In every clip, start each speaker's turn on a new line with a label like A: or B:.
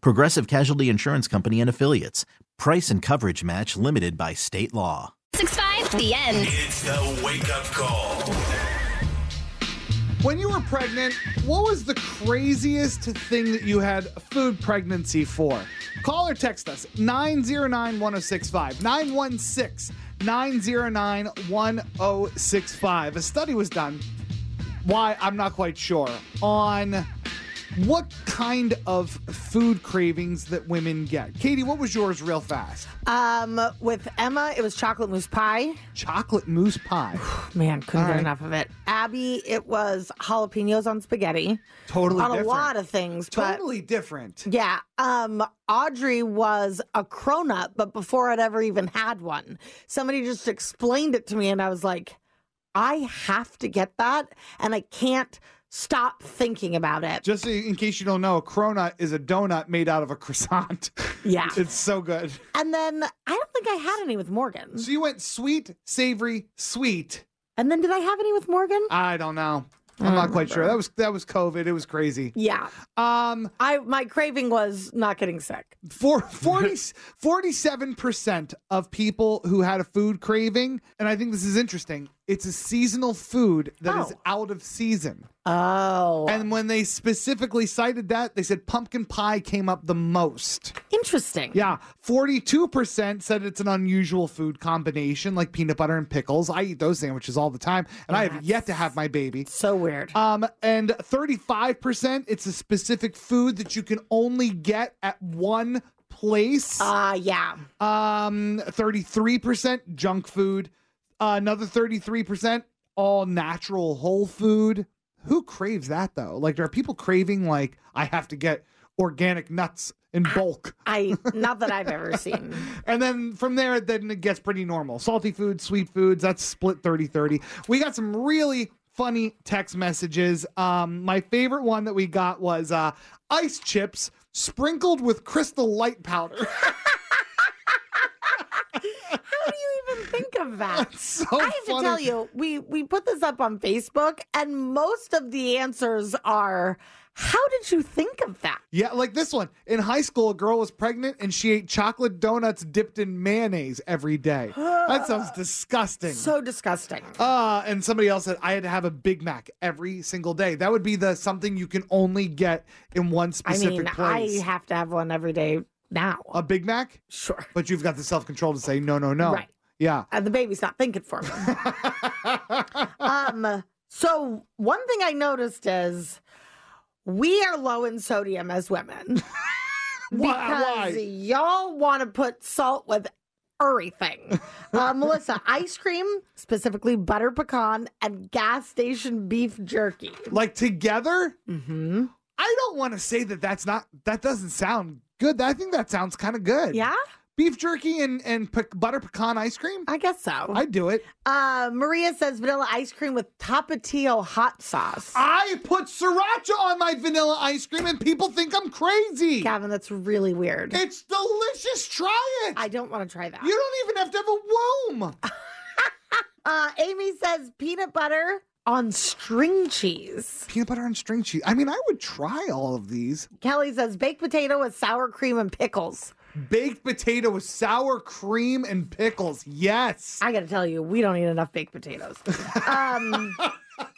A: Progressive Casualty Insurance Company and Affiliates. Price and coverage match limited by state law.
B: 6-5, the end.
C: It's the wake up call.
D: When you were pregnant, what was the craziest thing that you had food pregnancy for? Call or text us 909 1065 916 909 1065. A study was done, why I'm not quite sure, on what kind of food cravings that women get. Katie, what was yours real fast?
E: Um, with Emma, it was chocolate mousse pie.
D: Chocolate mousse pie.
E: Man, couldn't
D: All
E: get
D: right.
E: enough of it. Abby, it was jalapenos on spaghetti.
D: Totally
E: on
D: different.
E: a lot of things, but
D: Totally different.
E: yeah. Um, Audrey was a cronut, but before I'd ever even had one, somebody just explained it to me, and I was like, I have to get that, and I can't stop thinking about it.
D: Just so- in case you don't know, a cronut is a donut made out of a croissant.
E: yeah.
D: it's so good.
E: And then I don't think I had any with Morgan.
D: So you went sweet, savory, sweet.
E: And then did I have any with Morgan?
D: I don't know.
E: I
D: I'm
E: don't
D: not quite sure.
E: remember.
D: That was that was COVID. It was crazy.
E: Yeah.
D: Um,
E: I my craving was not getting sick.
D: for 47 percent of people who had a food craving, and I think this is interesting. It's a seasonal food that is
E: Oh.
D: out of season.
E: Oh.
D: And when they specifically cited that, they said pumpkin pie came up the most.
E: Interesting.
D: Yeah, 42% said it's an unusual food combination like peanut butter and pickles. I eat those sandwiches all the time, and I have yet to have my baby.
E: So weird.
D: Um, and 35% it's a specific food that you can only get at one place.
E: Ah, yeah.
D: Um, 33% junk food. Uh, another 33% all natural whole food. Who craves that though? Like, there are people craving, like, I have to get organic nuts in bulk.
E: I not that I've ever seen.
D: And then from there, then it gets pretty normal. Salty foods, sweet foods, that's split 30 30. We got some really funny text messages. Um, my favorite one that we got was uh, ice chips sprinkled with crystal light powder.
E: How do you even think of that?
D: so
E: I have
D: funny.
E: to tell you, we we put this up on Facebook, and most of the answers are, "How did you think of that?"
D: Yeah, like this one. In high school, a girl was pregnant and she ate chocolate donuts dipped in mayonnaise every day. That sounds disgusting.
E: So disgusting.
D: Uh, and somebody else said I had to have a Big Mac every single day. That would be the something you can only get in one
E: I
D: specific
E: mean,
D: place.
E: I have to have one every day now.
D: a Big Mac,
E: sure.
D: but you've got the self control to say no, no, no.
E: Right.
D: Yeah.
E: Uh, the baby's not thinking for me. um, so one thing I noticed is we are low in sodium as women.
D: Why- uh,
E: because
D: why?
E: y'all want to put salt with everything. Uh, Melissa, ice cream, specifically butter pecan and gas station beef jerky.
D: Like together,
E: Mm-hmm.
D: I don't want to say that that's not that doesn't sound good. I think that sounds kind of good.
E: Yeah,
D: Beef jerky and and pe- butter pecan ice cream.
E: I guess so.
D: I'd do it.
E: Uh, Maria says vanilla ice cream with tapatio hot sauce.
D: I put sriracha on my vanilla ice cream and people think I'm crazy.
E: Gavin, that's really weird.
D: It's delicious. Try it.
E: I don't want to try that.
D: You don't even have to have a womb.
E: Uh, Amy says peanut butter on string cheese.
D: Peanut butter and string cheese. I mean, I would try all of these.
E: Kelly says baked potato with sour cream and pickles.
D: Baked potato with sour cream and pickles. Yes.
E: I gotta tell you, we don't eat enough baked potatoes. Um,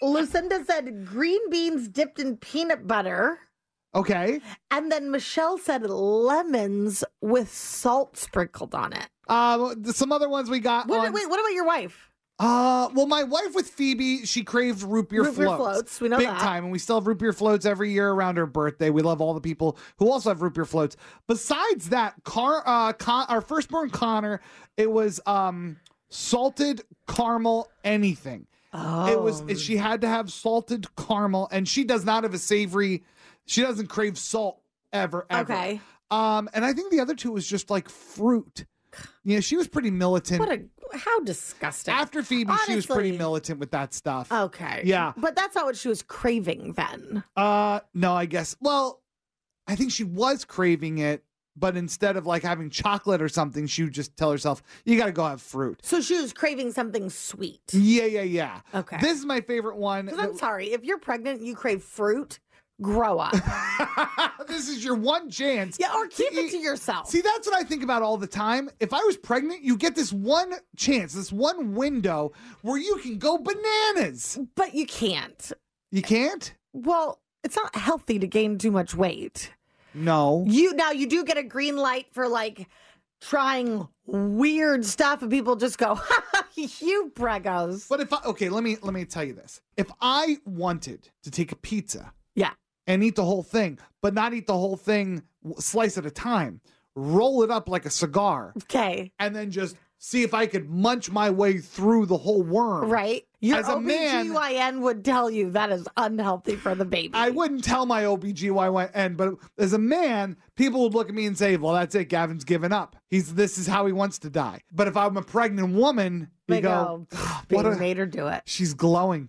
E: Lucinda said green beans dipped in peanut butter.
D: Okay.
E: And then Michelle said lemons with salt sprinkled on it.
D: Um, th- some other ones we got.
E: What,
D: on-
E: wait, what about your wife?
D: Uh, well, my wife with Phoebe, she craved root beer
E: Root beer
D: floats.
E: floats, we know
D: big
E: that.
D: time, and we still have root beer floats every year around her birthday. We love all the people who also have root beer floats. Besides that, Car, uh, Con- our firstborn Connor, it was um salted caramel anything.
E: Oh,
D: It was she had to have salted caramel, and she does not have a savory. She doesn't crave salt ever. ever.
E: okay.
D: Um, and I think the other two was just like fruit. Yeah, she was pretty militant.
E: Oh. What a how disgusting.
D: After Phoebe, she was pretty
E: Honestly. Oh.
D: militant with that stuff.
E: Okay.
D: Yeah.
E: But that's not what she was craving then.
D: Uh, no, I guess. Well, I think she was craving it, but instead of like having chocolate or something, she would just tell herself, "You got to go have fruit."
E: So she was craving something sweet.
D: Yeah, yeah, yeah.
E: Okay.
D: This is my favorite one.
E: 'Cause I'm sorry, if you're pregnant and you crave fruit, grow up.
D: this is your one chance.
E: yeah, or keep it
D: eat-
E: to yourself.
D: See, that's what I think about all the time. If I was pregnant, you get this one chance, this one window where you can go bananas.
E: but you can't.
D: You can't?
E: Well, it's not healthy to gain too much weight.
D: No.
E: You now you do get a green light for like trying weird stuff and people just go, you pregos.
D: But if I okay, let me let me tell you this. If I wanted to take a pizza,
E: Yeah.
D: and eat the whole thing, but not eat the whole thing w- slice at a time, roll it up like a cigar,
E: Okay.
D: and then just see if I could munch my way through the whole worm.
E: Right? Your
D: As a man-
E: OBGYN would tell you that is unhealthy for the baby.
D: I wouldn't tell my OBGYN, but as a man, people would look at me and say, "Well, that's it. Gavin's given up. He's this is how he wants to die." But if I'm a pregnant woman, you
E: They
D: go,
E: go,
D: "What
E: oh, being
D: a-
E: made her do it.
D: she's glowing."